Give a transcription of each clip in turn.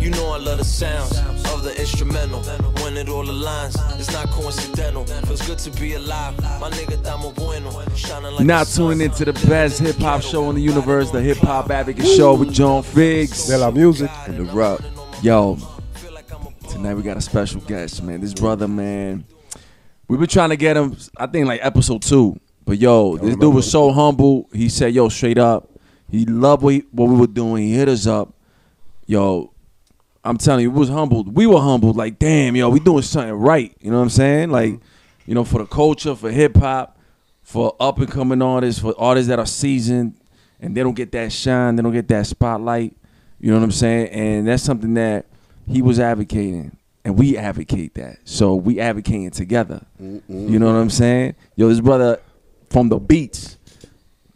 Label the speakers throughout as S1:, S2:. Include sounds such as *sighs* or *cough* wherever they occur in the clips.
S1: You know I love the sounds of the instrumental. When it all aligns, it's not coincidental. Feels good to be alive. My nigga, Tamo Bueno. Shining like
S2: Now
S1: the sun.
S2: tuning into the best hip hop show in the universe, the Hip Hop Advocate Show with John Figs.
S3: De La Music.
S2: And the Rup. Yo, tonight we got a special guest, man. This brother, man, we've been trying to get him, I think, like episode two. But yo, this dude was so humble. He said, yo, straight up, he loved what, he, what we were doing. He hit us up. Yo, I'm telling you, we was humbled. We were humbled. Like, damn, yo, we doing something right. You know what I'm saying? Like, you know, for the culture, for hip hop, for up and coming artists, for artists that are seasoned and they don't get that shine, they don't get that spotlight. You know what I'm saying? And that's something that he was advocating, and we advocate that. So we advocating together. You know what I'm saying? Yo, this brother from the beats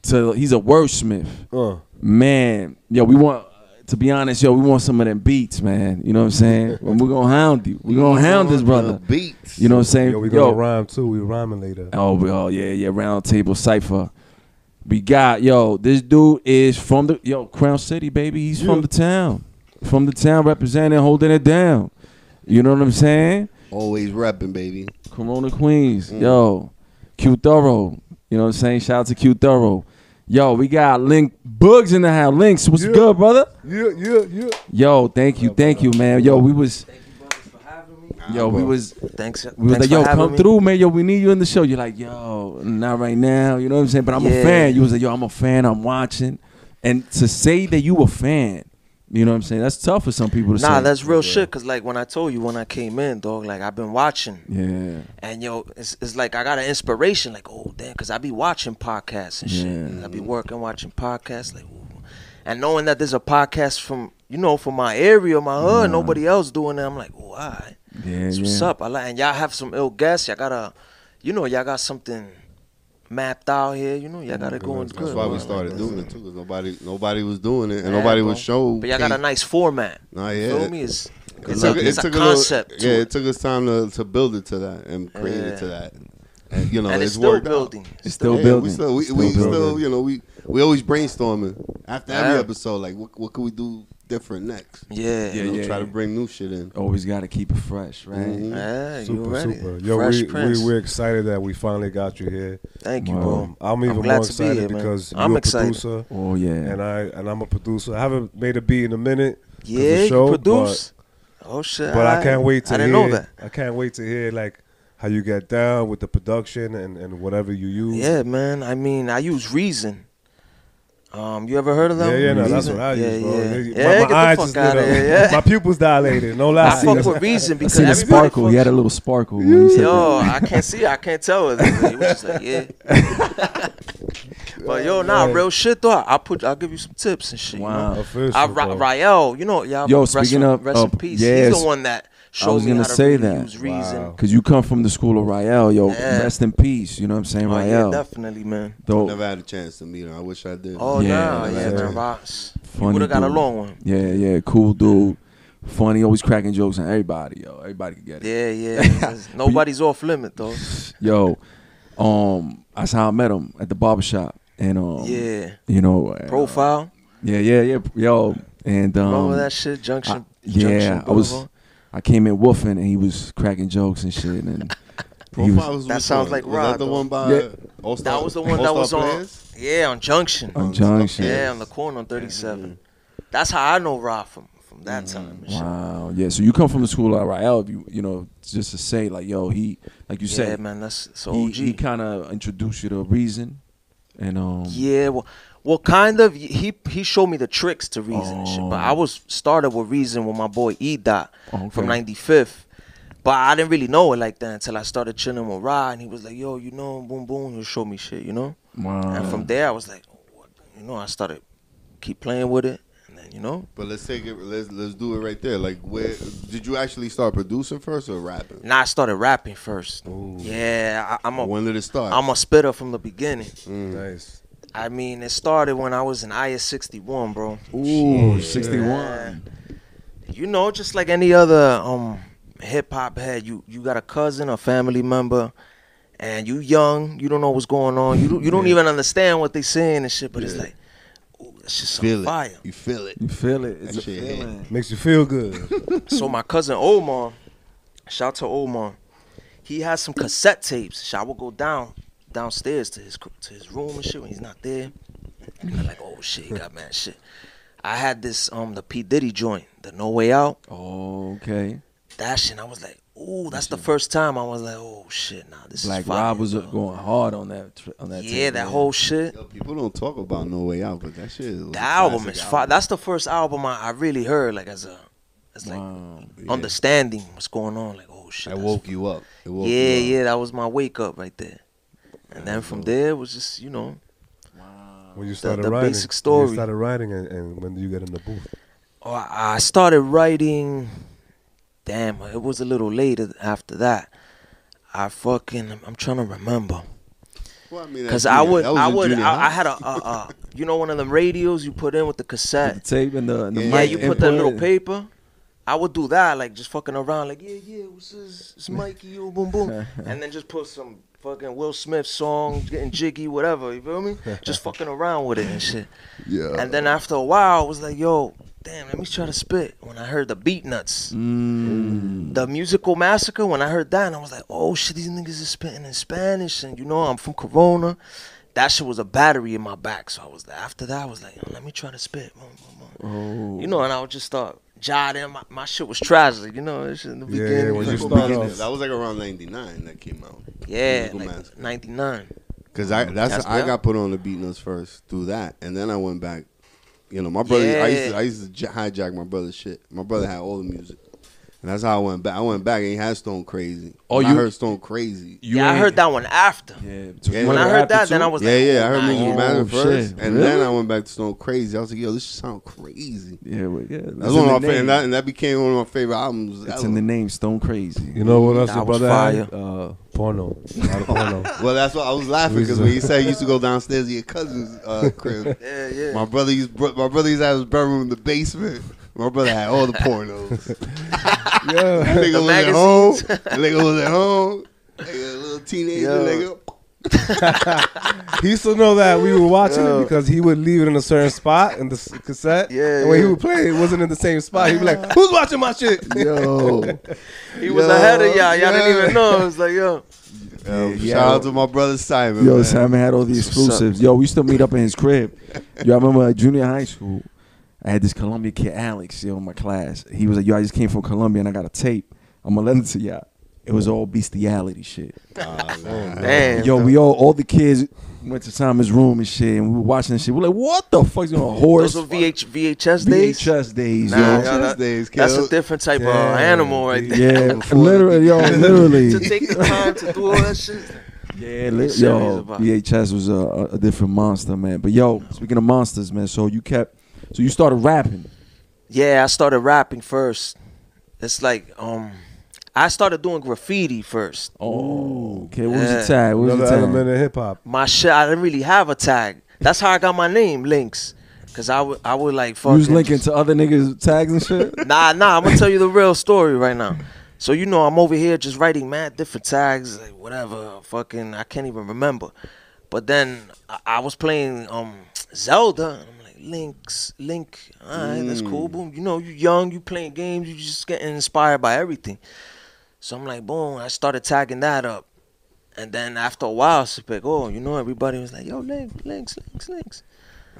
S2: to he's a wordsmith.
S3: Uh.
S2: Man, yo, we want to be honest, yo, we want some of them beats, man. You know what I'm
S3: *laughs*
S2: saying? And we're gonna hound you. We're gonna hound this brother.
S4: Beats.
S2: You know what I'm saying?
S3: Yo, we gonna rhyme too. We rhyming later.
S2: Oh, we- oh yeah, yeah. Round table cipher. We got yo. This dude is from the yo Crown City, baby. He's from the town, from the town, representing, holding it down. You know what I'm saying?
S4: Always rapping, baby.
S2: Corona Queens,
S5: Mm.
S2: yo. Q Thorough. You know what I'm saying? Shout out to Q Thorough. Yo, we got Link Bugs in the house. Links, what's
S3: Yeah.
S2: good, brother?
S3: Yeah, yeah, yeah.
S2: Yo, thank you, thank you, man. Yo, we was. Yo, we was
S5: Thanks.
S2: we was
S5: thanks
S2: like,
S5: for
S2: yo,
S5: having
S2: come
S5: me.
S2: through, man. Yo, we need you in the show. You're like, yo, not right now. You know what I'm saying? But I'm a
S5: Yeah.
S2: fan. You was like, yo, I'm a fan. I'm watching. And to say that you a fan, you know what I'm saying? That's tough for some people to say.
S5: Nah, that's real shit. Cause like when I told you when I came in, dog, like I've been watching,
S2: yeah,
S5: and yo, it's, it's like I got an inspiration. Like, oh damn, cause I be watching podcasts and shit.
S2: Yeah.
S5: I be working watching podcasts, like, ooh. and knowing that there's a podcast from you know from my area, my hood, nobody else doing it. I'm like, oh, all right.
S2: yeah,
S5: That's what's
S2: yeah.
S5: up. I like, and y'all have some ill guests. Y'all gotta, you know, y'all got something mapped out here. You know, y'all gotta go and
S4: That's
S5: good.
S4: why
S5: bro.
S4: we started doing it too, because nobody nobody was doing it and
S5: Yeah,
S4: nobody
S5: bro.
S4: was showing.
S5: But y'all got a nice format.
S4: Nah,
S5: You
S4: yeah.
S5: Feel me? It's,
S4: It
S5: it's
S4: took,
S5: a,
S4: it
S5: it's a
S4: took
S5: concept.
S4: Little, yeah,
S5: to
S4: it took us time to, to build it to that and create it to
S5: Yeah.
S4: that. And, you know,
S5: and it's
S4: it's,
S5: still
S4: worked out.
S5: building.
S2: It's still
S4: Yeah,
S2: building.
S4: We still, we,
S2: Still
S4: we still,
S2: building.
S4: you know, we we always brainstorming after every
S5: Yeah.
S4: episode. Like, what what can we do different next?
S5: Yeah.
S4: You
S5: Yeah.
S4: know,
S2: yeah,
S4: try to
S2: yeah.
S4: bring new shit in.
S2: Always got to keep it fresh, right?
S5: Mm-hmm.
S4: Mhm.
S5: you
S3: Super,
S5: ready?
S3: super. Yo,
S5: Fresh
S3: we,
S5: Prince.
S3: we, we're excited that we finally got you here.
S5: Thank you,
S2: Wow.
S5: bro.
S3: Um, I'm even
S5: glad
S3: more
S5: to be
S3: excited
S5: here, man.
S3: because
S5: I'm
S3: you're
S5: excited.
S3: a producer
S2: Oh yeah.
S3: and I and I'm a producer. I haven't made a beat in a minute. 'cause of
S5: Yeah,
S3: the show,
S5: you
S3: but-
S5: produce. oh shit!
S3: But, I can't wait to
S5: I didn't
S3: hear.
S5: know that.
S3: I can't wait to hear like how you get down with the production and and whatever you use.
S5: Yeah, man. I mean, I use Reason. Um, you ever heard of
S3: Yeah,
S5: them?
S3: yeah, no,
S5: Reason?
S3: that's what I
S5: yeah,
S3: use, bro.
S5: Yeah,
S3: They-
S5: yeah.
S3: my,
S5: get
S3: my eyes
S5: the
S3: just
S5: fuck out
S3: lit
S5: of
S3: up.
S5: here. Yeah.
S3: *laughs* My pupils dilated. No lie.
S5: I fuck with Reason
S2: I
S5: because
S2: seen the
S5: everybody
S2: sparkle. He
S5: fucks-
S2: had a little sparkle when he said
S5: Yo,
S2: that.
S5: I can't see. I can't tell. It was just like, yeah.
S3: *laughs*
S5: but yo, nah, real shit though. I- I'll put. I'll give you some tips and shit.
S2: Wow.
S5: You know?
S3: *laughs* Official,
S5: I, Ra-
S3: bro.
S5: Rael, you know, y'all.
S2: Yo,
S5: rest,
S2: speaking of-
S5: rest
S2: of-
S5: in peace.
S2: yes.
S5: He's the one that showed
S2: was
S5: me
S2: gonna
S5: how to
S2: say
S5: really
S2: that.
S5: use reason.
S3: Wow.
S2: Cause you come from the school of Rael, yo.
S5: Yeah.
S2: Rest in peace. You know what I'm saying,
S5: Oh, yeah,
S2: Rael.
S5: definitely, man.
S2: Though-
S4: Never had a chance to meet her. I wish I did.
S5: Oh,
S2: Yeah,
S5: nah, yeah,
S2: that's
S5: man.
S2: it.
S5: Ross. You
S2: Funny
S5: would have got a
S2: dude.
S5: long one.
S2: Yeah, yeah, cool dude. Funny, always cracking jokes on everybody, yo. Everybody can get
S5: Yeah,
S2: it. *laughs*
S5: yeah. Nobody's off limit though.
S2: Yo, um, that's how I met him at the barbershop. And um
S5: Yeah.
S2: you know uh,
S5: Profile.
S2: Yeah, yeah, yeah. Yo. And um
S5: Remember that shit? Junction.
S2: I- yeah,
S5: Junction
S2: I was
S5: Boulevard?
S2: I came in woofing and he was cracking jokes and shit and he
S4: Profile
S2: was
S4: was
S5: That
S4: which
S5: sounds
S4: one?
S5: like
S4: was
S5: Rod,
S4: that the
S5: though.
S4: one by
S2: Yeah.
S4: All-Star,
S5: That was the one that
S4: All-Star
S5: was on.
S4: Players?
S5: Yeah, on Junction.
S2: on junction.
S5: Yeah, on the corner on 37. That's how I know Rob from from that time. and shit.
S2: Mm. Wow. Yeah. So you come from the school of Rael, you you know, just to say like, yo, he like you
S5: Yeah,
S2: said,
S5: man, that's so
S2: he,
S5: OG.
S2: he kind of introduced you to reason, and um,
S5: yeah, well, well, kind of. He he showed me the tricks to Reason and shit, but I was started with Reason with my boy E Dot
S2: Oh, okay.
S5: from 95th. But I didn't really know it like that until I started chilling with Rod, and he was like, "Yo, you know, boom, boom." He'll show me shit, you know.
S2: Wow.
S5: And from there, I was like, "Oh, what? you know, I started keep playing with it, and then you know,
S4: But let's take it. Let's let's do it right there. Like, where did you actually start producing first or rapping?
S5: now I started rapping first. Yeah, I, I'm a
S4: When did it start?
S5: am a spitter from the beginning.
S3: Nice.
S5: I mean, it started when I was in IS 61, bro.
S2: Ooh, 61.
S5: You know, just like any other um hip hop head, you you got a cousin, a family member, and you young, you don't know what's going on. You don't- you don't even understand what they saying and shit. But it's like, ooh, that's just some
S4: feel it.
S5: fire.
S4: You feel it.
S2: You feel it. It's
S4: That
S2: a
S4: shit hit.
S2: feeling.
S3: Makes you feel good.
S5: So my cousin Omar, shout to Omar, he has some cassette tapes. So I would go down downstairs to his to his room and shit when he's not there. And I'm like, oh shit, he got mad shit. I had this um the P Diddy joint, the No Way Out.
S2: Okay.
S5: That shit, and I was like, ooh, that's the first time I was like, oh shit, nah, this
S2: Like
S5: is fire,
S2: Rob was uh,
S5: bro.
S2: going hard on that tr- on that.
S5: yeah,
S2: tape,
S5: that
S2: man.
S5: whole shit.
S4: Yo, people don't talk about No Way Out, but that shit. Is
S5: The album is fire. That's the first album I, I really heard like as a, as like
S2: Wow.
S5: understanding what's going on. Like, oh shit,
S4: I
S5: that's
S4: woke you up. It woke
S5: yeah,
S4: you up.
S5: yeah, that was my wake up right there. And then from there it was just, you know,
S3: When you started
S5: the
S3: writing,
S5: basic
S3: When
S5: story.
S3: you started writing, and, and when you got in the booth,
S5: oh, I I started writing. Damn, it was a little later after that. I fucking, I'm trying to remember.
S4: Well, I mean,
S5: Cause
S4: that's
S5: I
S4: junior-
S5: would,
S4: that was
S5: I
S4: in
S5: would,
S4: junior
S5: I, I
S4: high.
S5: had a, uh, uh, you know, one of them radios you put in with the
S2: The
S5: cassette.
S2: tape and the, and the
S4: Yeah,
S5: Yeah,
S2: mic
S5: you put that
S2: input.
S5: little paper. I would do that, like just fucking around, like yeah, yeah, what's this?
S4: *laughs*
S5: It's Mikey, you boom boom, and then just put some fucking Will Smith song, getting jiggy, whatever. You feel me? Just fucking around with it and shit.
S4: *laughs* Yeah.
S5: And then after a while, I was like, yo, damn, let me try to spit. When I heard the Beat Nuts,
S2: Mm,
S5: the musical massacre, when I heard that, and I was like, oh shit, these niggas is spitting in Spanish, and you know, I'm from Corona. That shit was a battery in my back, so I was like, after that, I was like, let me try to spit. Boom, boom, boom.
S2: oh.
S5: You know, and I would just start jotting. My, my shit was tragic, you know, it's in the
S3: Yeah, yeah,
S5: beginning.
S3: when
S5: like,
S3: you
S4: People
S3: start
S4: beginning-
S3: off-
S4: That was like around '99 that came out.
S5: yeah,
S4: Musical
S5: like
S4: Mask.
S5: 99.
S4: Cause I that's,
S5: Mm, That's
S4: I
S5: good.
S4: got put on the beat nuts first through that, and then I went back. You know, my brother. I used to,
S5: Yeah.
S4: I used to j- hijack my brother's shit. My brother had all the music, and that's how I went back. I went back and he had Stone Crazy.
S2: Oh,
S4: When I
S2: you-
S4: heard Stone Crazy.
S2: You
S5: yeah, I
S2: ain't-
S5: heard that one after.
S2: Yeah.
S4: Yeah.
S5: When I heard that, then I was
S4: yeah,
S5: like,
S4: yeah,
S5: oh,
S4: I heard
S5: nah,
S4: music
S2: Oh,
S4: was Matter first,
S2: shit.
S4: and
S2: Really?
S4: then I went back to Stone Crazy. I was like, yo, this shit sound crazy.
S2: Yeah, well, yeah.
S4: That's one of my favorite, and that, and that became one of my favorite albums.
S2: It's
S4: ever.
S2: in the name, Stone Crazy.
S3: you know what else
S5: That
S3: your
S5: was
S3: brother had? Uh, porno. A lot of porno.
S4: Well, that's why I was laughing because when he said he used to go downstairs to your cousin's uh, crib,
S5: *laughs* Yeah, yeah.
S4: my brother used bro- my brother used to have his bedroom in the basement. My brother had
S5: *laughs*
S4: all the pornos.
S3: yeah.
S4: nigga was at
S5: magazines.
S4: home. nigga was at home. Nigga, little teenager
S5: Yo.
S4: nigga.
S3: He used to know that we were watching it because he would leave it in a certain spot in the s- cassette.
S5: Yeah,
S3: And when
S5: yeah.
S3: he would play, it wasn't in the same spot. He'd be like, "Who's watching
S5: *laughs*
S3: my shit?"
S4: Yo.
S5: He was ahead of y'all. Y'all didn't
S4: yeah.
S5: even know. It was like, yo.
S4: *laughs* Yo, Shout out to my brother Simon.
S2: Yo,
S4: Uh, man.
S2: Simon had all the exclusives. Yo, we used to meet up in his crib. Yo, I remember at junior high school, I had this Columbia kid, Alex, yo, in my class. He was like, yo, I just came from Columbia and I got a tape. I'm going to lend it to y'all. It was all bestiality shit.
S5: Damn.
S2: Yo, we all, all the kids went to Simon's room and shit, and we were watching this shit. We're like, what the fuck's going on? Horse.
S5: Those were VH, VHS days?
S2: VHS days,
S5: Nah,
S2: yo.
S4: VHS
S5: yo, that-
S4: days,
S5: that's a
S4: kiddo.
S5: different type
S3: Damn,
S5: of animal right there.
S2: Yeah, literally, yo,
S5: to
S2: literally.
S5: take the time to do all that shit.
S2: Yeah, li-
S5: serious
S2: yo,
S5: about it.
S2: VHS was a, a, a different monster, man. But
S5: Oh.
S2: yo, speaking of monsters, man, so you kept, so you started rapping.
S5: Yeah, I started rapping first. It's like, um, I started doing graffiti first.
S2: Oh, okay. What was
S5: Yeah.
S2: your tag? What was
S3: Another
S2: your tag?
S3: element of hip hop.
S5: My shit, I didn't really have a tag. That's how I got my name, Links. Cause I would, I would like
S2: You
S5: fucking.
S2: was linking to other niggas' tags and
S5: *laughs*
S2: shit.
S5: Nah, nah. I'm gonna tell you the real story right now. So you know, I'm over here just writing mad different tags, like whatever. Fucking, I can't even remember. But then I, I was playing um Zelda, and I'm like, Link's Link. All right, that's cool. Boom. You know, you young, you playing games, you just getting inspired by everything. So I'm like, boom. I started tagging that up. And then after a while, it's like, oh, you know, everybody was like, yo, Link, Links, Links, Links.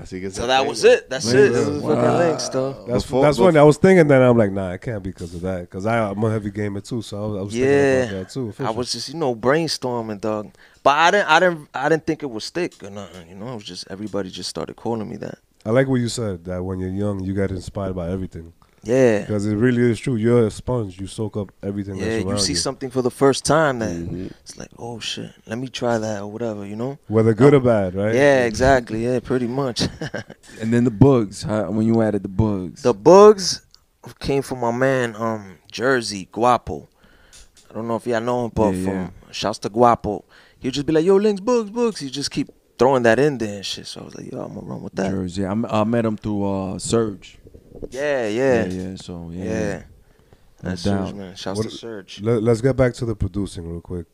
S4: I think it's
S5: So
S4: a
S5: that
S4: thing.
S5: was it. That's it. That was fucking
S2: Wow.
S5: Links, though.
S3: That's
S4: Before-
S3: that's
S4: before-
S3: when I was thinking that I'm like, nah, it can't be because of that because I'm a heavy gamer too. So I was, I was
S5: Yeah,
S3: thinking about that too. for
S5: I
S3: sure.
S5: was just you know brainstorming, dog. But I didn't, I didn't, I didn't think it would stick or nothing. You know, it was just everybody just started calling me that.
S3: I like what you said that when you're young, you got inspired by everything.
S5: Yeah.
S3: Because it really is true. You're a sponge. You soak up everything
S5: Yeah,
S3: that's around
S5: you see something for the first time that
S3: Mm-hmm.
S5: it's like, oh shit, let me try that or whatever, you know?
S3: whether good or bad, right?
S5: Yeah, exactly. Yeah, pretty much. *laughs*
S2: And then the bugs. Huh? When you added the bugs.
S5: the bugs came from my man, um, Jersey Guapo. I don't know if y'all know him, but
S2: Yeah,
S5: from
S2: yeah.
S5: shouts to Guapo, he'd just be like, yo, Links, bugs, bugs. He just keep throwing that in there and shit. So I was like, yo, I'm gonna run with that.
S2: Jersey. I, m- I met him through uh, Surge.
S5: Yeah, yeah,
S2: yeah,
S5: yeah.
S2: So yeah,
S5: yeah.
S2: No
S5: That's
S2: doubt.
S5: Surge, man. Shouts
S3: What-
S5: to Surge.
S3: Let, us get back to the producing real quick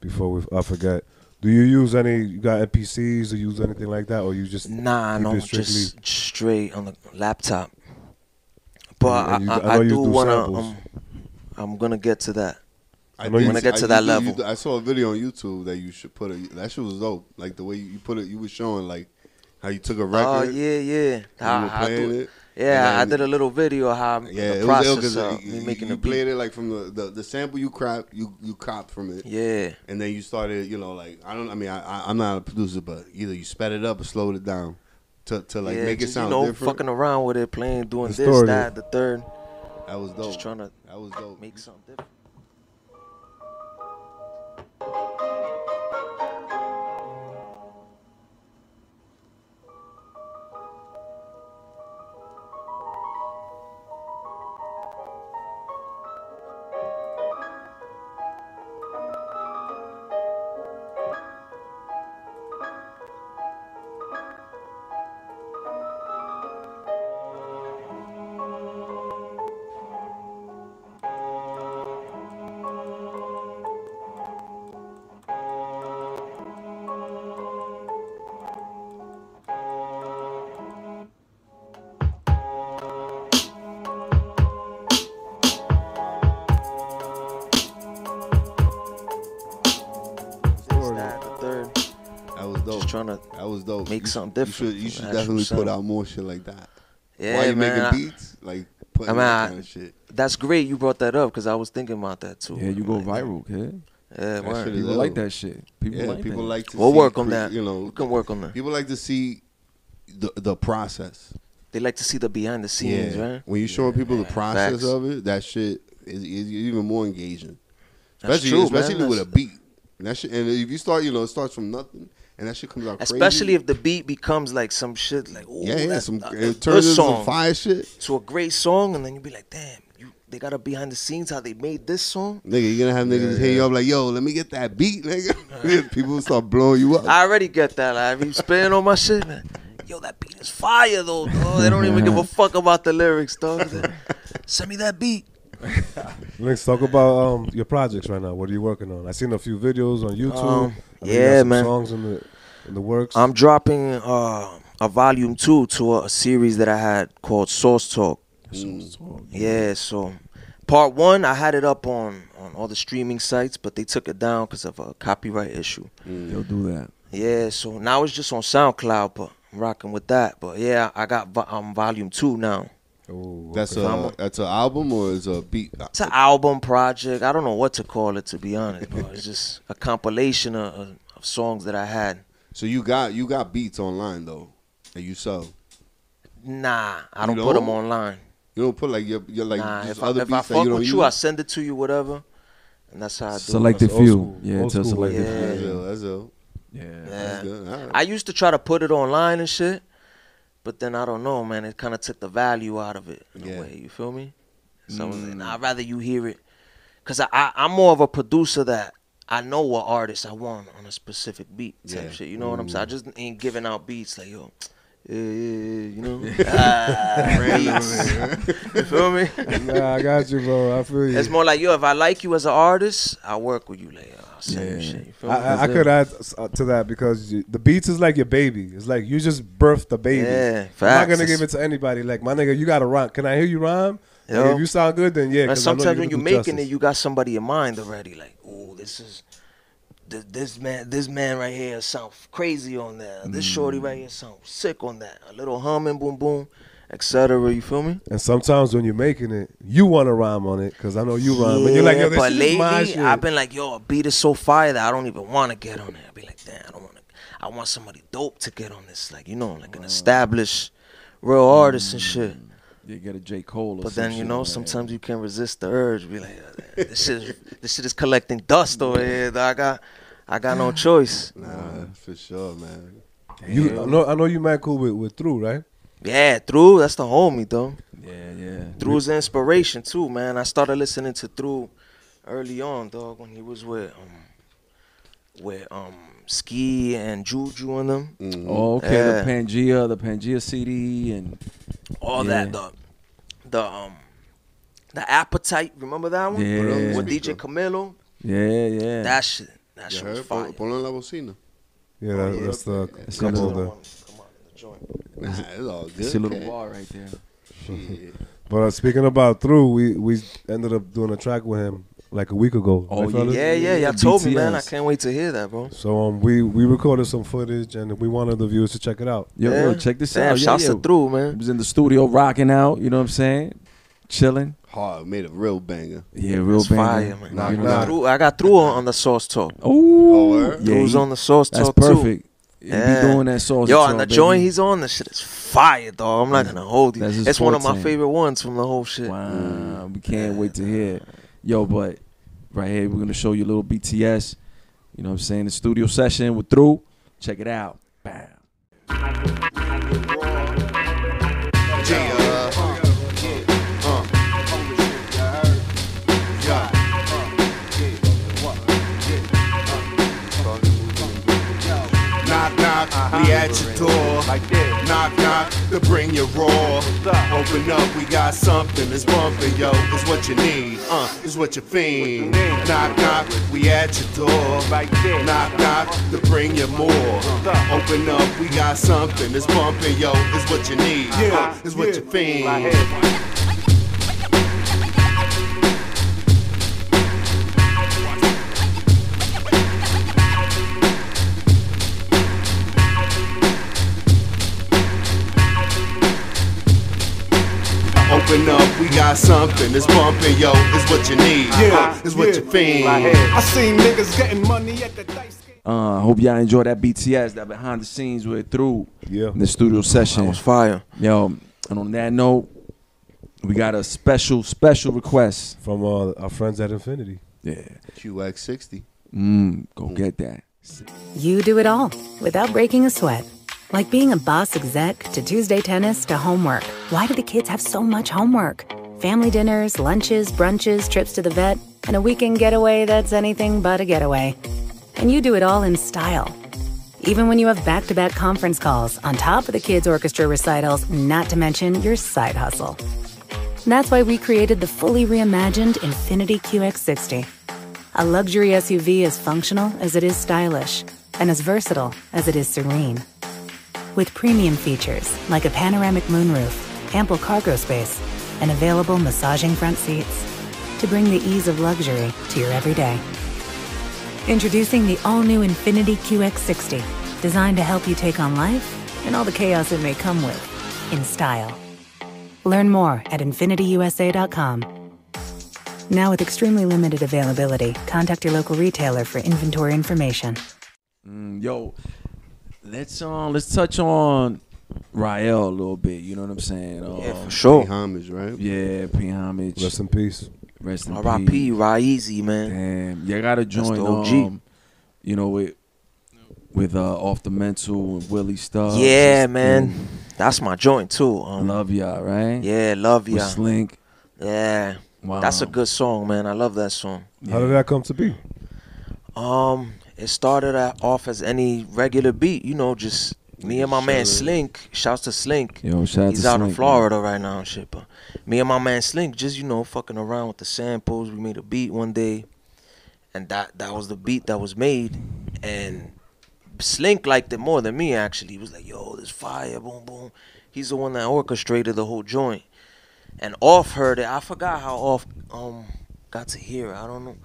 S3: before we, I forget. Do you use any? You got NPCs? Do you use anything like that, or you just
S5: Nah,
S3: keep
S5: no,
S3: it strictly-
S5: just straight on the laptop. But
S3: And you-
S5: I,
S3: I
S5: I, I,
S3: know you
S5: do
S3: do
S5: wanna.
S3: samples.
S5: Um, I'm gonna get to that.
S4: I
S3: know
S4: did-
S3: you- When
S4: I
S3: I
S5: get to
S4: you-
S5: that
S4: you-
S5: level.
S4: I saw a video on YouTube that you should put. A, that shit was dope. Like the way you put it, you were showing like how you took a record.
S5: Oh yeah, yeah.
S4: were
S5: How, how I
S4: playing
S5: do-
S4: it,
S5: Yeah,
S4: and
S5: I
S4: then-
S5: did a little video of how
S4: Yeah,
S5: the
S4: it was ill
S5: process
S4: because
S5: of
S4: you,
S5: me making
S4: you
S5: the beat.
S4: played it like from the, the, the sample you crap you you cop from it,
S5: Yeah,
S4: and then you started you know like I don't I mean I, I I'm not a producer but either you sped it up or slowed it down to to like
S5: yeah.
S4: make it
S5: just,
S4: sound
S5: you know,
S4: different.
S5: fucking around with it, playing, doing this,
S3: Distorted.
S5: that, the third,
S4: that was dope.
S5: just trying to
S4: that was dope.
S5: make something different. This, that, the third.
S4: That was dope.
S5: Just trying to
S4: that was dope.
S5: make
S4: You sh-
S5: something different
S4: You
S5: from
S4: should, you should
S5: the actual
S4: definitely
S5: sound.
S4: put out more shit like that.
S5: yeah,
S4: While you
S5: man. I-
S4: making beats, like putting
S5: I mean,
S4: that
S5: I-
S4: kind of shit.
S5: That's great. You brought that up because I was thinking about that too.
S2: yeah. You go
S5: Like,
S2: viral, kid.
S5: Yeah, word.
S4: shit is
S2: People
S4: ill.
S2: like that shit. People
S4: yeah,
S2: like
S4: people
S2: that.
S4: like to.
S5: We'll
S4: see
S5: work on
S4: cre-
S5: that.
S4: You know,
S5: we can work on that.
S4: people like to see the the process.
S5: They like to see the behind the scenes, right?
S4: When you showing people the process
S5: Facts.
S4: of it, that shit is, is even more engaging.
S5: That's
S4: Especially,
S5: true, man.
S4: especially with a
S5: That's-
S4: beat. And that shit, and if you start, you know, it starts from nothing, and that shit comes out. crazy.
S5: Especially if the beat becomes like some shit like oh
S4: yeah, yeah,
S5: that's
S4: some
S5: a, a
S4: it
S5: good
S4: turns into
S5: song
S4: some fire shit.
S5: to a great song, and then you be like, damn, you they got a behind the scenes how they made this song.
S4: Nigga, you're gonna have niggas hit you up like, yo, let me get that beat, nigga. *laughs* People will start blowing you up.
S5: I already get that. I be spinning on my shit, man. Yo, that beat is fire though. Dog. They don't even give
S4: *laughs*
S5: a fuck about the lyrics, dog. Send me that beat.
S3: Let's talk about um, your projects right now. What are you working on? I seen a few videos on YouTube.
S5: Um,
S3: I know you got
S5: yeah,
S3: some
S5: man.
S3: Songs in the in the works.
S5: I'm dropping uh, a volume two to a, a series that I had called Source Talk.
S3: Mm.
S5: Yeah, so part one, I had it up on, on all the streaming sites, but they took it down because of a copyright issue.
S2: They'll do that.
S5: Yeah, so now it's just on SoundCloud, but I'm rocking with that. But yeah, I got vo- um, volume two now.
S3: oh,
S4: That's a that's an album or is a beat?
S5: It's an album project. I don't know what to call it, to be honest, bro. It's just a compilation of, of- of songs that I had.
S4: So you got you got beats online though, and you sell.
S5: Nah, I
S4: You
S5: don't put
S4: don't?
S5: them online.
S4: You don't put like your your like
S5: nah,
S4: just
S5: if,
S4: other
S5: I, if I
S4: beats that
S5: fuck
S4: you don't
S5: with
S4: use.
S5: you, I send it to you, whatever. And that's how I do it.
S2: Selected
S3: That's old
S2: few.
S3: school.
S2: Yeah,
S3: Old
S2: it's a
S3: school like
S2: selected
S5: that.
S4: That's
S2: few.
S4: ill. That's ill.
S2: Yeah.
S4: That's
S5: Yeah.
S4: good. All right.
S5: I used to try to put it online and shit, but then I don't know, man. It kind of took the value out of it in
S4: Yeah.
S5: a way. You feel me? So I was like, nah, I'd rather you hear it, cause I, I I'm more of a producer that I know what artist I want on a specific beat type
S4: Yeah.
S5: shit. You know what I'm saying? I just ain't giving out beats like yo. Yeah, yeah, yeah, you know, Ah, beats. you feel me?
S3: nah, I got you, bro. I feel you.
S5: It's more like yo, if I like you as an artist, I work with you. Like, yo, I'll send you
S2: Yeah.
S5: shit. You feel
S3: I,
S5: me?
S3: I, I could add s- uh, to that because you, the beats is like your baby. It's like you just birthed the baby.
S5: Yeah,
S3: I'm not
S5: facts.
S3: gonna give it to anybody. Like my nigga, you gotta rhyme. Can I hear you rhyme? Like,
S5: Yo.
S3: if you sound good, then yeah.
S5: But
S3: 'cause I know
S5: sometimes
S3: you
S5: when you're
S3: can do
S5: making
S3: justice.
S5: it, you got somebody in mind already. Like, oh, this is th- this man, this man right here sound crazy on that. This shorty right here sound sick on that. A little humming, boom, boom, etc. You feel me?
S3: and sometimes when you're making it, you want to rhyme on it because I know you rhyme. but you're like,
S5: Yeah,
S3: yo, this
S5: but
S3: shit
S5: lately
S3: is my shit.
S5: I've been like, yo, a beat is so fire that I don't even want to get on it. I be like, damn, I don't want to. I want
S3: Mm.
S5: somebody dope to get on this, like you know, like an established real artist and shit.
S2: Yeah, get a J Cole. Or
S5: But
S2: some
S5: then you
S2: shit,
S5: know,
S2: man.
S5: sometimes you can't resist the urge. Be like, this shit, is, *laughs* this shit is collecting dust over here. dog. I got, I got
S2: *sighs*
S5: no choice.
S4: Nah, for sure, man.
S3: You I know, I know you mad cool with with through right.
S5: Yeah, Through, that's the homie though.
S2: Yeah, yeah.
S5: Through's an inspiration too, man. I started listening to Through early on, dog, when he was with um, with um Ski and Juju and them,
S2: Oh, okay.
S5: Yeah.
S2: The Pangea, the Pangea CD, and
S5: all that,
S2: Yeah.
S5: dog. The um, the appetite. Remember that one?
S2: Yeah.
S5: With DJ Camilo.
S2: yeah, yeah.
S5: That shit. That
S4: You
S5: shit was
S4: heard?
S5: fire.
S4: Pon- Ponlo en la bocina.
S3: Yeah, that, that's the
S2: It's
S3: couple
S2: another
S3: of the.
S4: Nah, it's all good.
S2: it's a little
S4: man.
S2: wall right there.
S4: Shit.
S3: But uh, speaking about through, we we ended up doing a track with him like a week ago.
S2: Oh,
S3: Right, fellas?
S5: Yeah, yeah, y'all told me, man. I
S2: BTS.
S5: can't wait to hear that, bro.
S3: So um, we we recorded some footage and we wanted the viewers to check it out.
S2: Yo,
S5: yeah.
S2: yo, check this
S5: Damn,
S2: out. Yeah,
S5: shouts
S2: yeah.
S5: to through,
S2: He
S5: man.
S2: was in the studio rocking out. You know what I'm saying? Chilling.
S4: Hard made a real banger.
S2: Yeah, real
S5: It's fire,
S2: banger.
S5: man.
S2: You know
S5: Thru-
S2: that?
S5: I got through on, on the sauce talk.
S2: Ooh,
S4: word?
S2: yeah,
S5: Through's
S2: he-
S5: on the sauce
S2: That's
S5: talk too.
S2: perfect. He
S5: Yeah.
S2: be doing that sauce.
S5: Yo,
S2: talk,
S5: and the
S2: baby.
S5: joint he's on, the shit is fire, dog. I'm not gonna hold you.
S2: That's his
S5: It's one of my
S2: 14.
S5: favorite ones from the whole shit.
S2: Wow, we can't wait to hear. Yo, but right here we're gonna show you a little BTS. You know what I'm saying? The studio session with through. Check it out. Bam.
S4: uh,
S6: Knock, knock, we at your door. Knock, knock, to bring your roar. Open up, we got something that's bumping, yo. It's what you need, uh, it's what you fiend. Knock, knock, we at your door. Knock, knock, to bring you more. Open up, we got something that's bumping, yo. It's what you need, uh, it's what you fiend. Open up, we got something that's bumping, yo. It's what you need, uh, it's what you fiend.
S7: I seen niggas getting money at the dice game.
S2: Uh, hope y'all enjoy that BTS, that behind the scenes with through.
S3: Yeah.
S2: The studio
S5: That
S2: session.
S5: was fire.
S2: Yo, and on that note, we got a special, special request.
S3: From uh, our friends at Infinity.
S2: Yeah.
S4: QX60.
S2: Mm, go get that.
S8: You do it all without breaking a sweat. Like being a boss exec to Tuesday tennis to homework. Why do the kids have so much homework? Family dinners, lunches, brunches, trips to the vet, and a weekend getaway that's anything but a getaway. And you do it all in style. Even when you have back to back conference calls on top of the kids' orchestra recitals, not to mention your side hustle. And that's why we created the fully reimagined Infinity QX60. A luxury SUV as functional as it is stylish and as versatile as it is serene. With premium features like a panoramic moonroof, ample cargo space, and available massaging front seats to bring the ease of luxury to your everyday. Introducing the all new Infinity QX60, designed to help you take on life and all the chaos it may come with in style. Learn more at infinityusa.com. Now with extremely limited availability, contact your local retailer for inventory information.
S2: Mm, yo, let's um, let's touch on Rael a little bit. You know what I'm saying? Um,
S5: Yeah, for
S4: Pay
S5: sure.
S4: homage, right?
S2: yeah, pay homage.
S3: Rest in peace.
S2: Rest in
S5: R.I.P.
S2: peace.
S5: Raezy, E man.
S2: Damn, yeah, I got to join.
S5: the OG.
S2: Um, you know with with uh, off the mental and Willie stuff.
S5: yeah, man. That's my joint too. Um,
S2: Love y'all, right?
S5: yeah, love
S2: With
S5: ya.
S2: Slink.
S5: Yeah. That's a
S2: Wow.
S5: good song, man. I love that song.
S3: How did that come to be?
S5: Um, it started out- off as any regular beat, you know, just me and my man Slink. Shouts to Slink.
S2: Yo, shout out
S5: He's
S2: to
S5: out in
S2: Slink,
S5: Florida right now and shit. But me and my man Slink just you know fucking around with the samples. We made a beat one day, and that that was the beat that was made. And Slink liked it more than me actually. He was like, "Yo, this fire, boom boom." He's the one that orchestrated the whole joint. And off heard it. I forgot how off um got to hear. It. I don't know.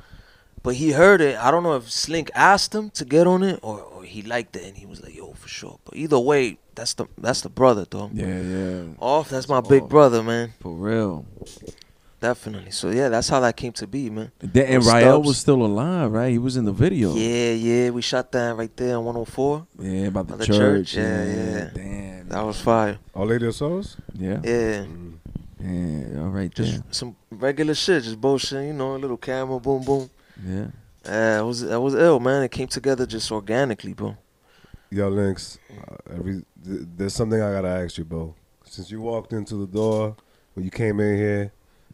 S5: But he heard it. I don't know if Slink asked him to get on it or, or he liked it and he was like, "Yo, for sure." But either way, that's the that's the brother though.
S2: Yeah, yeah.
S5: Off, that's my big brother, man.
S2: For real.
S5: Definitely. So yeah, that's how that came to be, man.
S2: Then, and
S5: With
S2: Rael
S5: Stubbs.
S2: was still alive, right? He was in the video.
S5: Yeah, yeah, we shot that right there on 104.
S2: Yeah, about the,
S5: By the
S2: church.
S5: church, yeah, yeah.
S2: Damn.
S5: That was fire.
S3: Our Lady of Souls?
S2: yeah.
S5: Yeah.
S2: Yeah, all right
S5: Just
S2: there.
S5: some regular shit, just bullshit, you know, a little camera, boom, boom.
S2: Yeah.
S5: Uh, I was I was ill, man. It came together just organically, bro.
S3: Yo, Lynx, uh, every th- there's something I gotta ask you, bro. Since you walked into the door when you came in here,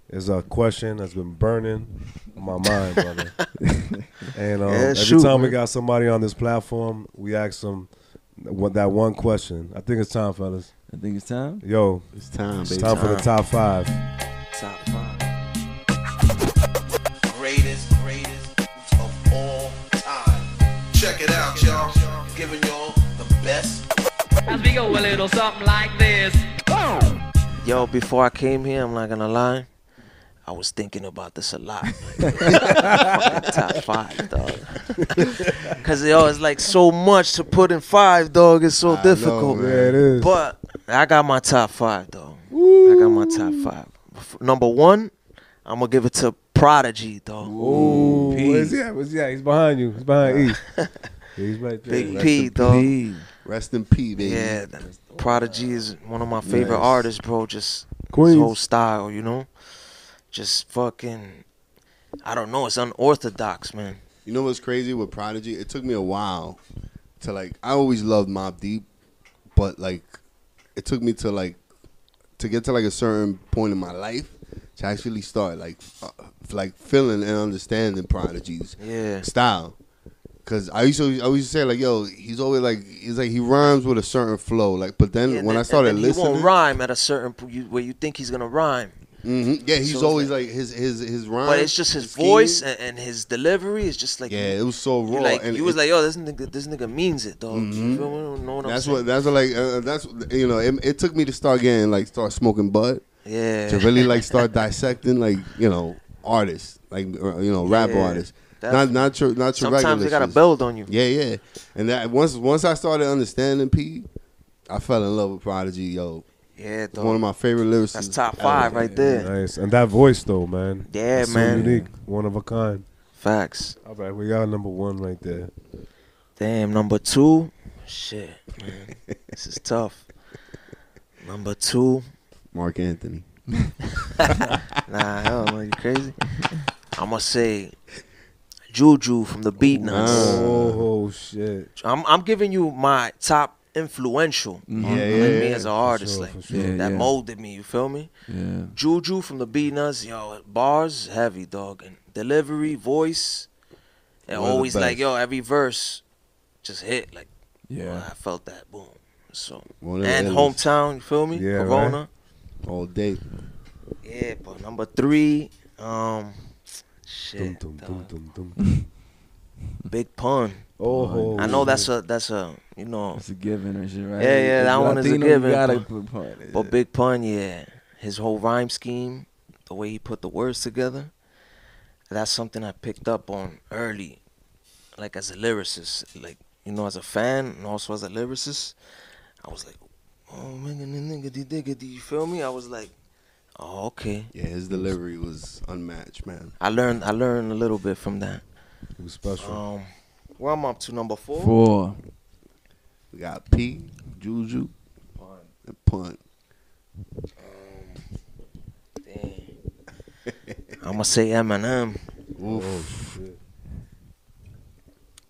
S3: there's a question that's been burning on my mind, brother. and um,
S5: Yeah,
S3: every
S5: shoot,
S3: time we
S5: man.
S3: got somebody on this platform, we ask them what that one question. I think it's time, fellas.
S2: I think it's time.
S3: Yo,
S4: It's time,
S3: it's
S4: baby.
S3: time for the top five.
S5: Top five.
S1: greatest, greatest of all time. Check it out, y'all. Giving y'all the best.
S9: As we go a little something like this.
S5: Yo, before I came here, I'm not gonna lie, I was thinking about this a lot. *laughs* top five, dog. *laughs* Cause yo, it's like so much to put in five, dog. It's so difficult.
S4: man.
S3: Yeah, it is.
S5: But I got my top five though. I got my top five. F- Number one, I'm gonna give it to Prodigy though.
S3: Ooh, Oh, where's he at? Where's he at? He's behind you. He's behind E.
S5: *laughs*
S3: Yeah, he's right there.
S5: Big P though.
S4: Rest in peace, baby.
S5: Yeah, th- Prodigy is one of my favorite
S4: Nice.
S5: artists, bro. Just
S3: Queens.
S5: his whole style, you know. Just fucking, I don't know. It's unorthodox, man.
S4: You know what's crazy with Prodigy? It took me a while to like. I always loved Mob Deep, but like, it took me to like to get to like a certain point in my life to actually start like uh, like feeling and understanding Prodigy's
S5: Yeah.
S4: style. Cause I used to I always say like, yo, he's always like, he's like he rhymes with a certain flow, like. But then
S5: Yeah, and
S4: when
S5: then-
S4: I started
S5: and then
S4: listening,
S5: he won't rhyme at a certain p- you, where you think he's gonna rhyme,
S4: hmm yeah, he's
S5: So it's
S4: always like, his his his rhyme,
S5: but it's just his
S4: scheme.
S5: voice and, and his delivery is just like
S4: Yeah, it was so
S5: you
S4: raw.
S5: like
S4: and
S5: you was
S4: it- Mm-hmm.
S5: like, yo, this nigga, this nigga means it, dog. You feel me? You know what I'm
S4: that's
S5: saying?
S4: what that's what like uh, that's you know it, it took me to start getting like start smoking bud
S5: yeah.
S4: to
S5: *laughs*
S4: really like start dissecting like you know artists like uh, you know rap
S5: Yeah,
S4: artists not
S5: definitely.
S4: not your not your
S5: Sometimes
S4: regular
S5: they gotta
S4: shits.
S5: build on you.
S4: yeah yeah and that once once I started understanding P I fell in love with Prodigy yo
S5: yeah
S4: It's one of
S5: dog.
S4: my favorite lyricists
S5: That's top
S4: ever.
S5: five right there.
S3: Nice. And that voice though, man.
S5: Yeah,
S3: It's
S5: man.
S3: So unique, one of a kind.
S5: Facts.
S3: All right, we got number one right there.
S5: Damn, number two. Shit,
S4: *laughs*
S5: man. this is tough. Number two.
S4: Mark Anthony
S5: Nah, hell, no, you crazy? I'ma say Juju from the Beat Nuts.
S3: Oh shit!
S5: I'm I'm giving you my top influential
S4: Mm-hmm.
S5: on, on me as an artist,
S3: sure,
S5: like
S3: for sure.
S2: Yeah,
S5: that
S2: yeah.
S5: molded me. You feel me?
S2: Yeah.
S5: Juju from the B Nuts, yo, bars heavy, dog, and delivery, voice, and
S4: One of the
S5: always like
S4: best.
S5: yo, every verse just hit like.
S2: Yeah.
S5: I felt that boom. So
S4: One of the
S5: and
S4: illest.
S5: hometown, you feel me?
S3: Yeah, right.
S5: Corona.
S4: all day
S5: Yeah, but number three, um, shit,
S3: Dum, dum,
S5: dog.
S3: dum, dum, dum.
S5: big pun.
S3: Oh,
S5: I know that's a that's a you know,
S2: It's a given and shit, right?
S5: Yeah, yeah, that
S2: If
S5: one is a
S2: Latino,
S5: given,
S2: You gotta
S5: but-
S2: put part in it.
S5: but big pun, yeah, his whole rhyme scheme, the way he put the words together, that's something I picked up on early, like as a lyricist, like you know, as a fan and also as a lyricist, I was like, oh, nigga, nigga, nigga, nigga, you feel me? I was like, oh, okay.
S4: yeah his delivery was unmatched man
S5: I learned I learned a little bit from that.
S3: it was special.
S5: Um, well, I'm up to number four.
S2: Four.
S4: we got P Juju and Punt
S5: I'm gonna say Eminem,
S3: Oh,
S4: Oof.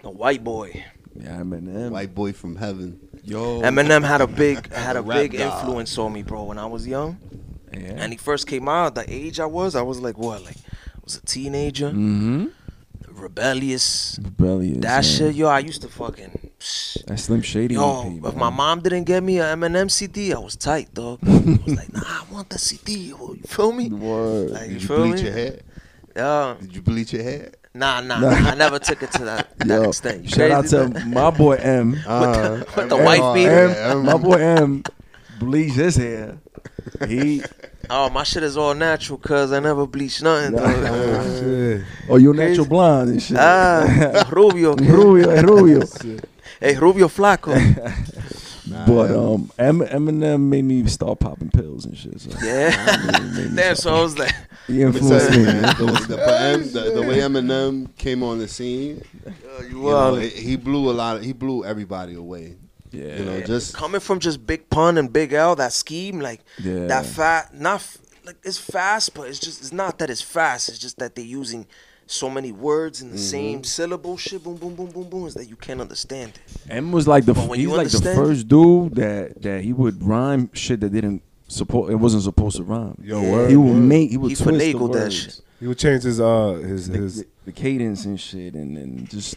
S5: the white boy.
S2: Yeah, I mean, them.
S4: white boy from heaven
S2: yo.
S5: Eminem had a
S2: *laughs*
S5: big had a
S4: Rap
S5: big
S4: god.
S5: influence on me, bro. When I was young,
S2: yeah.
S5: and he first came out, the age I was, I was like what, like I was a teenager,
S2: Mm-hmm.
S5: rebellious.
S2: Rebellious.
S5: That
S2: man.
S5: shit, yo, I used to fucking. psh,
S2: That Slim Shady.
S5: Yo,
S2: EP,
S5: if
S2: man.
S5: my mom didn't get me an Eminem CD, I was tight,
S2: *laughs*
S5: dog. I was like, nah, I want the CD. yo, You feel me?
S2: Word.
S5: Like, you
S4: did you
S5: feel
S4: bleach
S5: me?
S4: your hair
S5: Yeah.
S4: Did you bleach your hair?
S5: Nah, nah, nah. I never took it to
S2: *laughs*
S5: that, that
S2: Yo,
S5: extent. You
S2: shout out
S5: crazy,
S2: to
S5: man?
S2: my boy M.
S4: Uh, *laughs*
S5: with the wife
S4: uh,
S5: beater?
S2: Oh,
S4: yeah,
S2: M.
S5: *laughs*
S4: *laughs*
S2: My boy M. Bleach his hair. He.
S5: Oh, my shit is all natural, cuz I never bleach nothing. dog.
S2: *laughs*
S3: Oh, shit.
S2: Oh, you natural blonde and shit.
S5: ah, Rubio.
S2: *laughs* Rubio, *laughs* Rubio.
S5: Hey, Rubio Flaco.
S2: *laughs* But um, M- Eminem made me start popping pills and shit. So
S5: Yeah.
S2: he made
S5: *laughs*
S2: me
S5: Damn,
S2: start-
S5: so I was like,
S2: He
S4: Listen,
S2: influenced me. man.
S4: man, the, the, but M- the- the way Eminem came on the scene, you know,
S5: wildin'.
S4: he- he blew a lot. Of, he blew everybody away.
S2: Yeah.
S4: You know, just
S5: coming from just Big Pun and Big L, that scheme, like,
S2: Yeah.
S5: that fat, not, f- like it's fast, but it's just it's not that it's fast. It's just that they're using so many words in the same syllable. Shit, boom, boom, boom, boom, boom, is that you can't understand it.
S2: M was like the
S5: But when
S2: he's
S5: you
S2: like the
S5: understand-
S2: first dude that that he would rhyme shit that didn't support it wasn't supposed to rhyme.
S3: Yo, word,
S2: he would
S3: word.
S2: make he would
S5: He
S2: twist the
S5: finagled that
S2: words.
S5: shit.
S3: He would change his uh his
S2: The,
S3: his
S2: the- the cadence and shit and, and just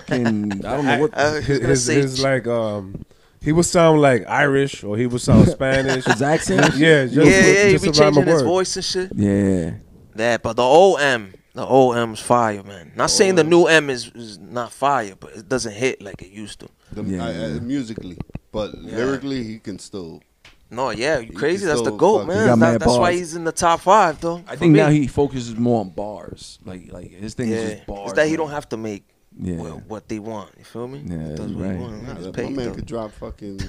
S2: fucking I don't know
S5: *laughs*
S2: what
S5: I was
S3: his,
S5: gonna
S3: his,
S5: say
S3: his, like um he would sound like Irish or he
S5: *laughs*
S3: would sound Spanish.
S2: his accent.
S3: Yeah, just,
S5: yeah, yeah,
S3: just
S5: he be
S3: around my
S5: changing his
S3: word.
S5: voice and shit.
S2: Yeah.
S5: That, but the old M, the old M's fire, man. Not saying the new M is, is not fire, but it doesn't hit like it used to.
S4: The,
S2: Yeah.
S4: I, I, musically, but lyrically, he can still.
S5: No, yeah, you crazy. That's the
S4: still
S5: goat,
S4: fucking-
S2: He got
S5: man.
S2: mad
S5: That, that's why
S2: bars.
S5: he's in the top five, though.
S2: I
S5: for
S2: think
S5: me.
S2: now he focuses more on bars. Like like his thing
S5: yeah,
S2: is just bars.
S5: it's that he
S2: man.
S5: don't have to make
S2: Yeah.
S5: what, what they want. You feel me?
S2: Yeah,
S5: he does
S2: you
S5: what
S2: right.
S5: he wants.
S4: Nah,
S5: Just
S4: that-
S5: pay
S4: uh, my man
S5: them.
S4: could
S5: *laughs*
S4: drop fucking.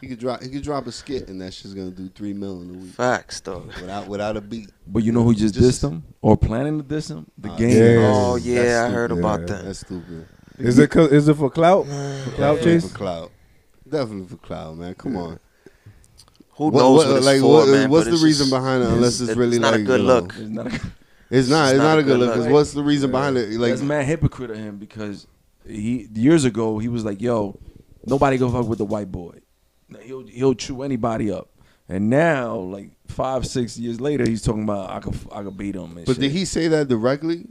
S4: he could drop. He could drop a skit, and that shit's gonna do three mil in a week
S5: Facts, though.
S4: without without a beat.
S2: But you know who just,
S4: Just- Uh,
S2: dissed him or planning to diss him? The game.
S3: Yeah.
S5: Oh yeah, I
S4: stupid.
S5: heard about
S3: Yeah.
S5: that.
S4: That's stupid.
S3: Is it 'cause- is it for clout? For clout
S4: Definitely
S3: chase?
S4: for cloud. Definitely for cloud, man. Come on.
S5: Who knows what, it's for,
S4: what-
S5: man?
S4: What's
S5: but
S4: the
S5: it's
S4: reason
S5: just-
S4: behind it? Unless it's,
S5: it's
S4: really
S5: not a
S4: like
S5: good
S4: you know,
S5: look.
S2: It's not a-
S4: It's not. It's, not, a good look. 'cause
S5: right?
S4: What's the reason behind it? Like
S2: that's mad hypocrite of him because he years ago he was like, "Yo, nobody go fuck with the white boy. He'll he'll chew anybody up." And now, like five six years later, he's talking about I could I could beat him. And
S4: But
S2: shit.
S4: did he say that directly?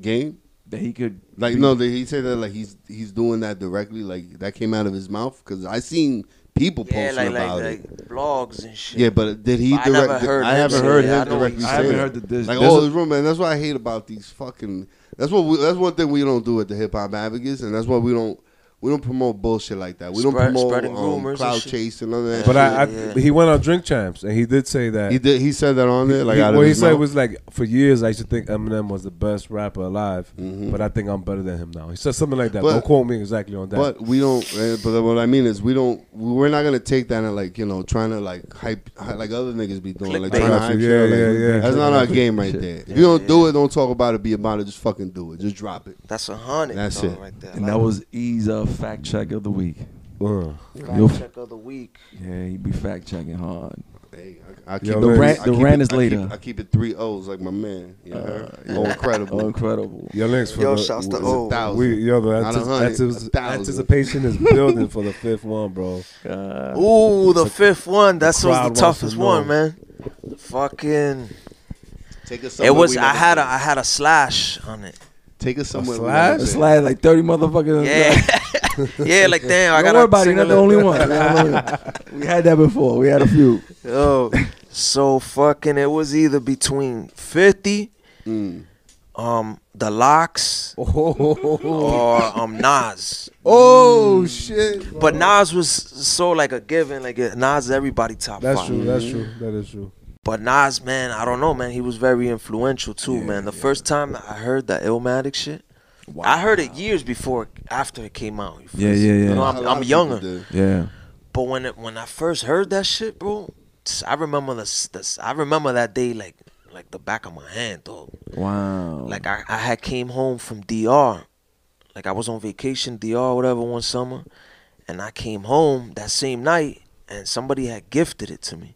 S4: Game?
S2: that he could
S4: Like
S2: beat-
S4: no, did he say that like he's he's doing that directly? Like that came out of his mouth? Because I seen people
S5: Yeah,
S4: posting
S5: like like,
S4: about it.
S5: like blogs and shit.
S4: yeah, but did he?
S5: But I
S4: direct,
S5: never heard
S4: I
S5: him
S4: haven't
S5: say
S4: heard
S5: that. I
S4: him
S5: know
S4: directly.
S5: he
S4: say
S2: I haven't
S4: that.
S2: heard the dis-
S4: Like
S2: there's
S4: all
S2: a-
S4: this rumor, and that's what I hate about these fucking. That's what we, that's one thing we don't do at the hip hop advocates, and that's why we don't we don't promote bullshit like that. We
S5: Spread-
S4: don't
S5: spreading
S4: promote um,
S5: rumors and
S4: cloud
S5: shit.
S4: chase and all that.
S3: But I, I
S5: Yeah.
S3: he went on drink champs and he did say that.
S4: he did he said that on there like
S3: He-
S4: out of
S3: what he
S4: his
S3: said
S4: mouth.
S3: was like, for years I used to think Eminem was the best rapper alive, but I think I'm better than him now. He said something like that.
S4: Mm-hmm. But-
S3: Don't quote me exactly on that.
S4: But we don't. uh, But what I mean is, we don't. We're not gonna take that and like you know trying to like hype hy- like other niggas be doing like
S5: Clickbait.
S4: trying to hype
S3: Yeah,
S4: shit up, like,
S3: yeah, yeah.
S4: That's not our game right there. If you don't do it, don't talk about it. Be about it. Just fucking do it. Just drop it.
S5: That's a hundred.
S4: That's
S5: though,
S4: it.
S5: right there.
S2: And that was E's uh, fact check of the week.
S3: Uh,
S2: Yo.
S5: fact check of the week.
S2: Yeah, he be fact checking hard.
S4: Hey, I, I keep
S3: Yo,
S4: it
S3: the
S4: three-
S3: rant-
S4: I
S2: the
S4: keep
S2: rant
S4: it-
S2: is
S4: I keep-
S2: later.
S4: I keep it three O's like my man. You
S5: Uh,
S4: heard? Oh, incredible.
S2: Oh, incredible.
S3: your links for
S5: Yo,
S3: the,
S5: shouts to
S3: we-
S5: O.
S4: Thousand.
S3: We, yo, the
S4: Not a
S3: antici-
S4: hundred,
S3: antici-
S4: a thousand.
S3: anticipation is building for the fifth one, bro.
S4: *laughs*
S2: Uh,
S5: Ooh, the fifth one. That's
S3: crowd
S5: was
S3: wants
S5: the toughest
S3: to know.
S5: one, man. Fucking.
S4: Take
S5: It
S4: us. somewhere
S5: was.
S4: we
S5: I
S4: never
S5: had a.
S4: been.
S5: I had a slash on it.
S4: Take us somewhere. we
S3: slash?
S4: never
S2: It's
S4: been.
S2: slide like thirty motherfuckers.
S4: *laughs*
S5: Yeah. *laughs* yeah. Like damn, I
S2: Don't
S5: got.
S2: worry about it. You're not the only one. we had that before. We had a *laughs* few.
S5: Yo, so fucking. It was either between fifty,
S4: Mm.
S5: um, the locks, or um Nas.
S4: Mm.
S3: Oh shit!
S5: But Nas was so like a given. Like Nas, is everybody top
S3: That's
S5: five.
S3: true. That's true. That is true.
S5: But Nas, man, I don't know, man. He was very influential too, man. The first time that I heard the Illmatic shit, I heard it years before, after it came out. You feel
S2: Yeah,
S5: me?
S2: yeah,
S5: You
S2: yeah.
S5: know,
S4: A
S5: I'm, I'm
S4: lot of people
S5: younger,
S4: do.
S2: Yeah.
S5: but when it, when I first heard that shit, bro, tss, I remember the, s- the s- I remember that day like like the back of my hand, though.
S2: Wow.
S5: Like I, I had came home from DR, like I was on vacation DR whatever one summer, and I came home that same night and somebody had gifted it to me,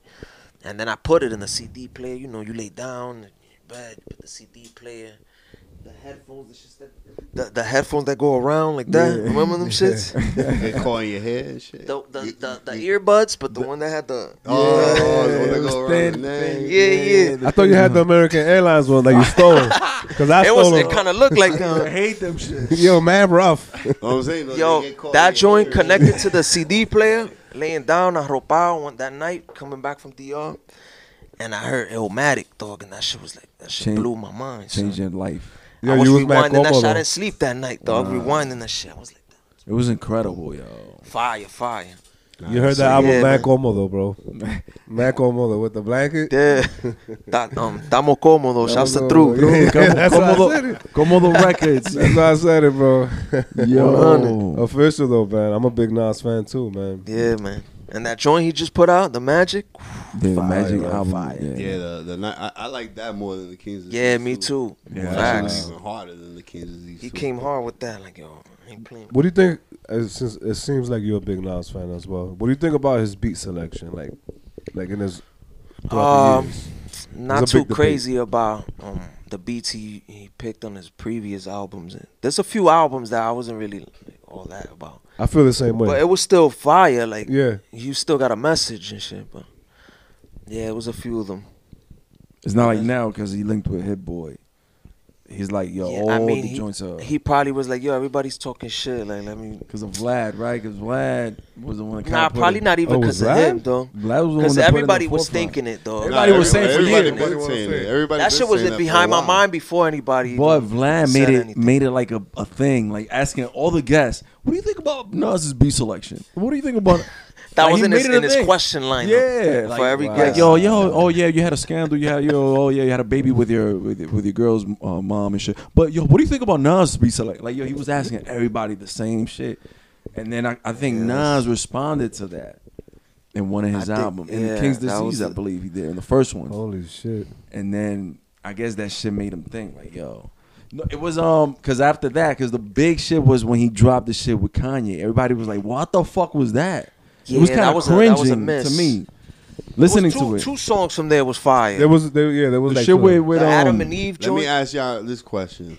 S5: and then I put it in the CD player. You know, you lay down in your bed, put the CD player, the headphones, the shits that the, the headphones that go around like that. Remember *laughs* them shits?
S4: They call in your head and shit.
S5: The, the, the, the earbuds, but the, one that had the
S4: Oh, the one
S3: Yeah,
S4: that
S3: it was
S4: go around
S3: thin,
S4: the
S3: thin.
S4: neck.
S5: yeah yeah.
S3: I thought you had the American Airlines one that you stole, because
S4: *laughs*
S3: I
S5: It was
S3: stole
S5: it
S3: them.
S5: kind of looked like um, that.
S2: hate them shit.
S3: Yo, man, rough.
S4: Know what I'm saying, though,
S5: Yo,
S4: they get caught in
S5: that
S4: your
S5: joint
S4: ear.
S5: connected to the CD player, laying down, arropado one that night, coming back from DR, and I heard Illmatic, dog, and that shit was like, that shit
S2: Change-
S5: blew my mind. son.
S2: Changed your life.
S3: Yo,
S5: I was
S3: you was mad
S5: rewinding that shit.
S3: Cuomo,
S5: I
S3: though.
S5: didn't sleep that night, dog. Rewinding that shit. I was like,
S2: It was incredible, yo.
S5: fire, fire.
S3: You heard
S5: So,
S3: that album,
S5: yeah,
S3: Mac
S5: man.
S3: Omodo, bro. Mac Omodo with the blanket.
S5: Yeah. *laughs* that, um, Tamo Cómodo, shouts to
S3: Tamo
S5: True.
S3: cómodo, yeah. That's why I said
S2: Como,
S3: it.
S2: como the
S3: *laughs*
S2: records.
S3: That's why I said it, bro. *laughs*
S2: Yo.
S3: Official though, man. I'm a big Nas fan too, man.
S5: *laughs* Yeah, man. And that joint he just put out, The Magic,
S2: Yeah, the Magic album. Yeah.
S4: Yeah, the, the night I, I like that more than the Kings. of
S5: yeah,
S4: Thieves,
S5: me too.
S2: Yeah.
S4: That shit
S5: Facts.
S4: was even harder than the Kings. of Thieves
S5: He
S4: too.
S5: came hard with that, like, yo, I ain't playing.
S3: What do you think? uh, Since it seems like you're a big Nas fan as well, what do you think about his beat selection? Like, like in his throughout the
S5: Um,
S3: years? It was a
S5: not
S3: big
S5: too
S3: debate.
S5: crazy about um, the beats he, he picked on his previous albums. There's a few albums that I wasn't really like, all that about,
S3: I feel the same way.
S5: but it was still fire. Like
S3: Yeah.
S5: you still got a message and shit. But yeah, it was a few of them.
S2: It's not like now because he linked with Hit Boy. He's like, yo,
S5: Yeah,
S2: all
S5: I mean,
S2: the
S5: he,
S2: joints are
S5: he probably was like, yo, everybody's talking shit. Like let me.
S2: because of Vlad, right? Because Vlad was the one. That
S5: Nah,
S2: kinda put
S5: probably
S2: it-
S5: not even
S2: Oh,
S5: because of
S2: Vlad?
S5: him though.
S2: Vlad was the one
S5: Because
S2: that put it in the
S5: everybody was
S2: forefront.
S5: thinking it though.
S2: Everybody was saying for
S4: everybody
S2: years.
S4: been saying it. Everybody
S5: that
S4: been
S5: shit was
S4: saying that for a
S5: behind my
S4: while.
S5: mind before anybody.
S2: Boy,
S5: even
S2: Vlad
S5: said
S2: made it
S5: anything.
S2: made it like a, a thing, like asking all the guests, "What do you think about Nas's beat selection? What do you think about?" it?"
S5: *laughs* That
S2: Like,
S5: was
S2: he
S5: in
S2: made
S5: his-
S2: it a
S5: in his
S2: thing.
S5: question lineup
S2: Yeah,
S5: for
S2: like,
S5: every
S2: like,
S5: guest.
S2: Yo, yo, oh yeah, you had a scandal. You had yo, oh yeah, you had a baby with your with, your- with your girl's uh, mom and shit. But yo, what do you think about Nas beat selection? Like yo, he was asking everybody the same shit, and then I, I think Nas responded to that in one of his
S5: think-
S2: albums, in
S5: yeah,
S2: King's
S5: that was
S2: Disease, I
S5: the-
S2: believe he did in the first one
S3: Holy shit!
S2: and then I guess that shit made him think like, yo, no, it was um, cause after that, cause the big shit was when he dropped the shit with Kanye. Everybody was like, what the fuck was that? it was
S5: Yeah,
S2: kind
S5: that
S2: of
S5: was a- that was a
S2: cringing to
S5: miss.
S2: me.
S5: It was
S2: Listening
S5: two,
S2: to it,
S5: two songs from there was fire.
S3: There was there, yeah there was
S2: the
S3: like
S2: shit
S3: some-
S2: with, with
S5: the
S2: um,
S5: Adam and Eve
S4: Let
S5: joint.
S4: me ask y'all this question: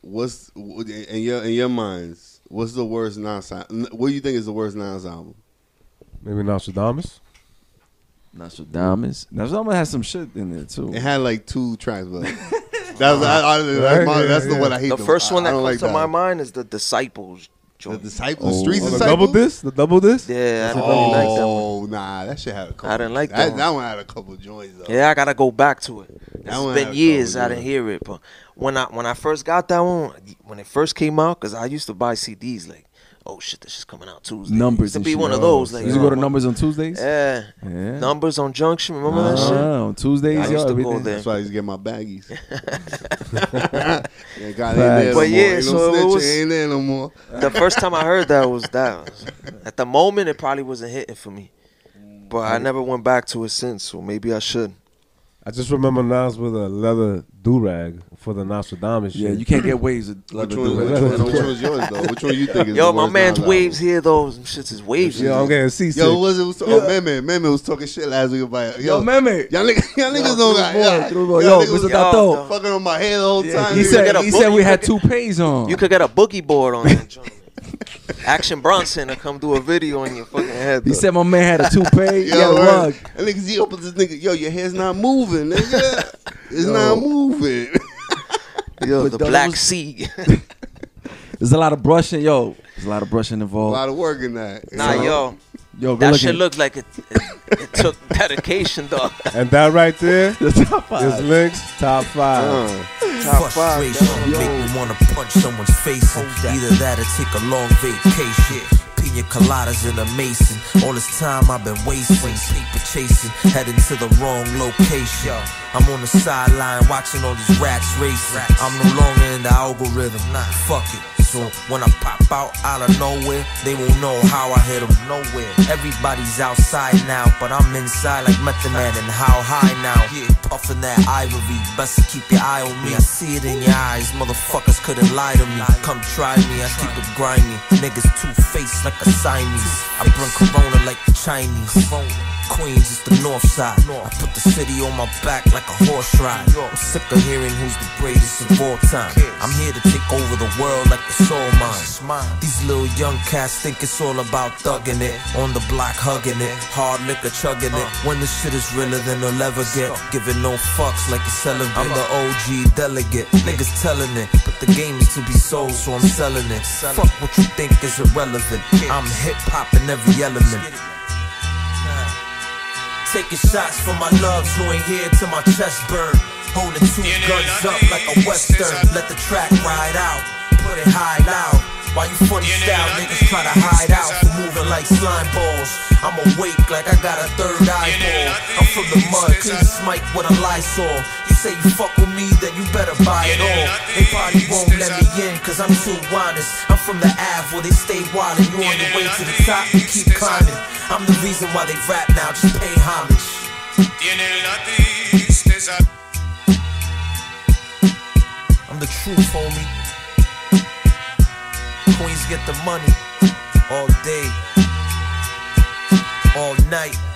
S4: What's in your in your minds? What's the worst Nas? al- What do you think is the worst Nas album?
S3: maybe Nostradamus.
S2: Nostradamus. Nostradamus has some shit in there too.
S4: It had like two tracks, but that's I, honestly, that's, my,
S3: Right,
S4: that's the
S3: yeah,
S4: one I hate.
S5: the
S4: the-
S5: first
S4: I-
S5: one
S4: I
S5: that
S4: don't
S5: comes
S4: like
S5: to
S4: that
S5: my
S4: one.
S5: mind is the Disciples
S4: The
S5: joint.
S4: disciple, the streets
S3: Oh, the
S4: disciple.
S3: double disc, the double disc.
S5: yeah, I didn't really like that one.
S4: Oh nah, that shit had a couple.
S5: I didn't like that
S4: that.
S5: one.
S4: That one had a couple joints though.
S5: Yeah, I gotta go back to it.
S4: That
S5: It's
S4: one had
S5: been
S4: a
S5: years
S4: couple,
S5: I didn't
S4: yeah.
S5: hear it, but when I when I first got that one, when it first came out, cause I used to buy CDs like, oh shit, this is coming out Tuesday.
S2: numbers
S5: It used
S2: and
S5: to be
S2: shit.
S5: one of those. Like,
S2: you used to go to
S5: oh,
S2: numbers on Tuesdays.
S5: Yeah.
S2: Yeah.
S5: numbers on Junction. Remember that shit?
S2: Ah, on Tuesdays,
S5: I
S2: yo,
S5: used to go
S2: everything.
S5: there.
S4: That's why I used to get my baggies.
S5: *laughs*
S4: *laughs* yeah,
S2: Facts.
S4: God ain't there no
S5: But yeah,
S4: more. Ain't
S5: so it
S4: no snitching,
S5: was-
S4: ain't there no more.
S5: the first time I heard that was that. At the moment, it probably wasn't hitting for me, but I never went back to it since. So maybe I should.
S3: I just remember Nas with a leather do rag for the Nostradamus.
S2: Yeah,
S3: shit.
S2: you can't get waves. of-
S4: *laughs* Which
S2: leather
S4: one,
S2: duet.
S4: which, one, which one's yours though? Which one you think is
S5: Yo,
S4: the
S5: my
S4: worst
S5: man's
S4: Nas
S5: waves
S4: album?
S5: here though. Some shits is waves.
S3: Yo, I'm getting seasick.
S4: Yo, who was it? Was, oh, man, man, man, was talking shit last week about yo,
S2: Yo, Meme.
S4: Y'all niggas, y'all niggas don't got
S2: boy,
S4: yeah,
S2: through boy.
S4: y'all
S2: Yo,
S4: niggas was
S2: Mr.
S5: y'all
S2: Tato.
S5: don't-
S4: fucking on my head the whole time.
S2: He
S4: nigga.
S2: said
S5: get a
S2: he said
S5: book,
S2: we
S5: you
S2: had
S5: could get-
S2: toupees on.
S5: you could get a boogie board on that joint. Action Bronson to come do a video on your fucking head.
S2: He
S5: though.
S2: said my man had a
S5: *laughs*
S2: toupee. He
S4: Yo,
S2: had a
S4: word.
S2: rug.
S4: And niggas, he opens this nigga. Yo, your hair's not
S5: *laughs*
S4: moving, nigga. It's not moving.
S5: Yo,
S2: But
S5: the
S2: those-
S5: Black Sea.
S2: There's a lot of brushing, yo. There's a lot of brushing
S4: A
S2: involved.
S4: lot of work in that.
S5: nah, yo,
S2: yo, good
S5: that
S2: looking.
S5: shit looked like it, it, it took *laughs* dedication, dog.
S3: and that right there
S2: the top *laughs* five. Uh-huh.
S3: is Link's top five.
S5: Top five.
S10: frustration make me wanna punch someone's face in. Either that or take a long vacation. Pina coladas in a mason. All this time I've been wasting, paper chasing, heading to the wrong location. I'm on the sideline watching all these rats racing. I'm no longer in the algorithm. Fuck it. So when I pop out out of nowhere, they won't know how I hit 'em nowhere. Everybody's outside now, but I'm inside like Method Man and how high now. Yeah, puffin' that ivory, best to keep your eye on me. I see it in your eyes, motherfuckers couldn't lie to me. Come try me, I keep it grimy. Niggas two faced like a Siamese. I bring Corona like the Chinese. Queens is the north side. I put the city on my back like a horse ride. I'm sick of hearing who's the greatest of all time. I'm here to take over the world like the soul mine. These little young cats think it's all about thugging it. On the block, hugging it. Hard liquor, chugging it. When the shit is realer than they'll ever get. Giving no fucks like a celibate. I'm the OG delegate. Niggas telling it. But the game is to be sold, so I'm selling it. Fuck what you think is irrelevant. I'm hip hop in every element. Taking shots for my loves who ain't here till my chest burn. Holding two guns up like a western. Let the track ride out, put it high loud. While you funny style niggas try to hide out for moving like slime balls. I'm awake like I got a third eyeball. I'm from the mud, clean smite with a Lysol. You say you fuck with me, then you better buy it all. They probably won't let me in, cause I'm too honest. I'm from the Ave where they stay wild and you on your way to the top, you keep climbing. I'm the reason why they rap now, just pay homage. I'm the truth, homie. Queens get the money all day, all night.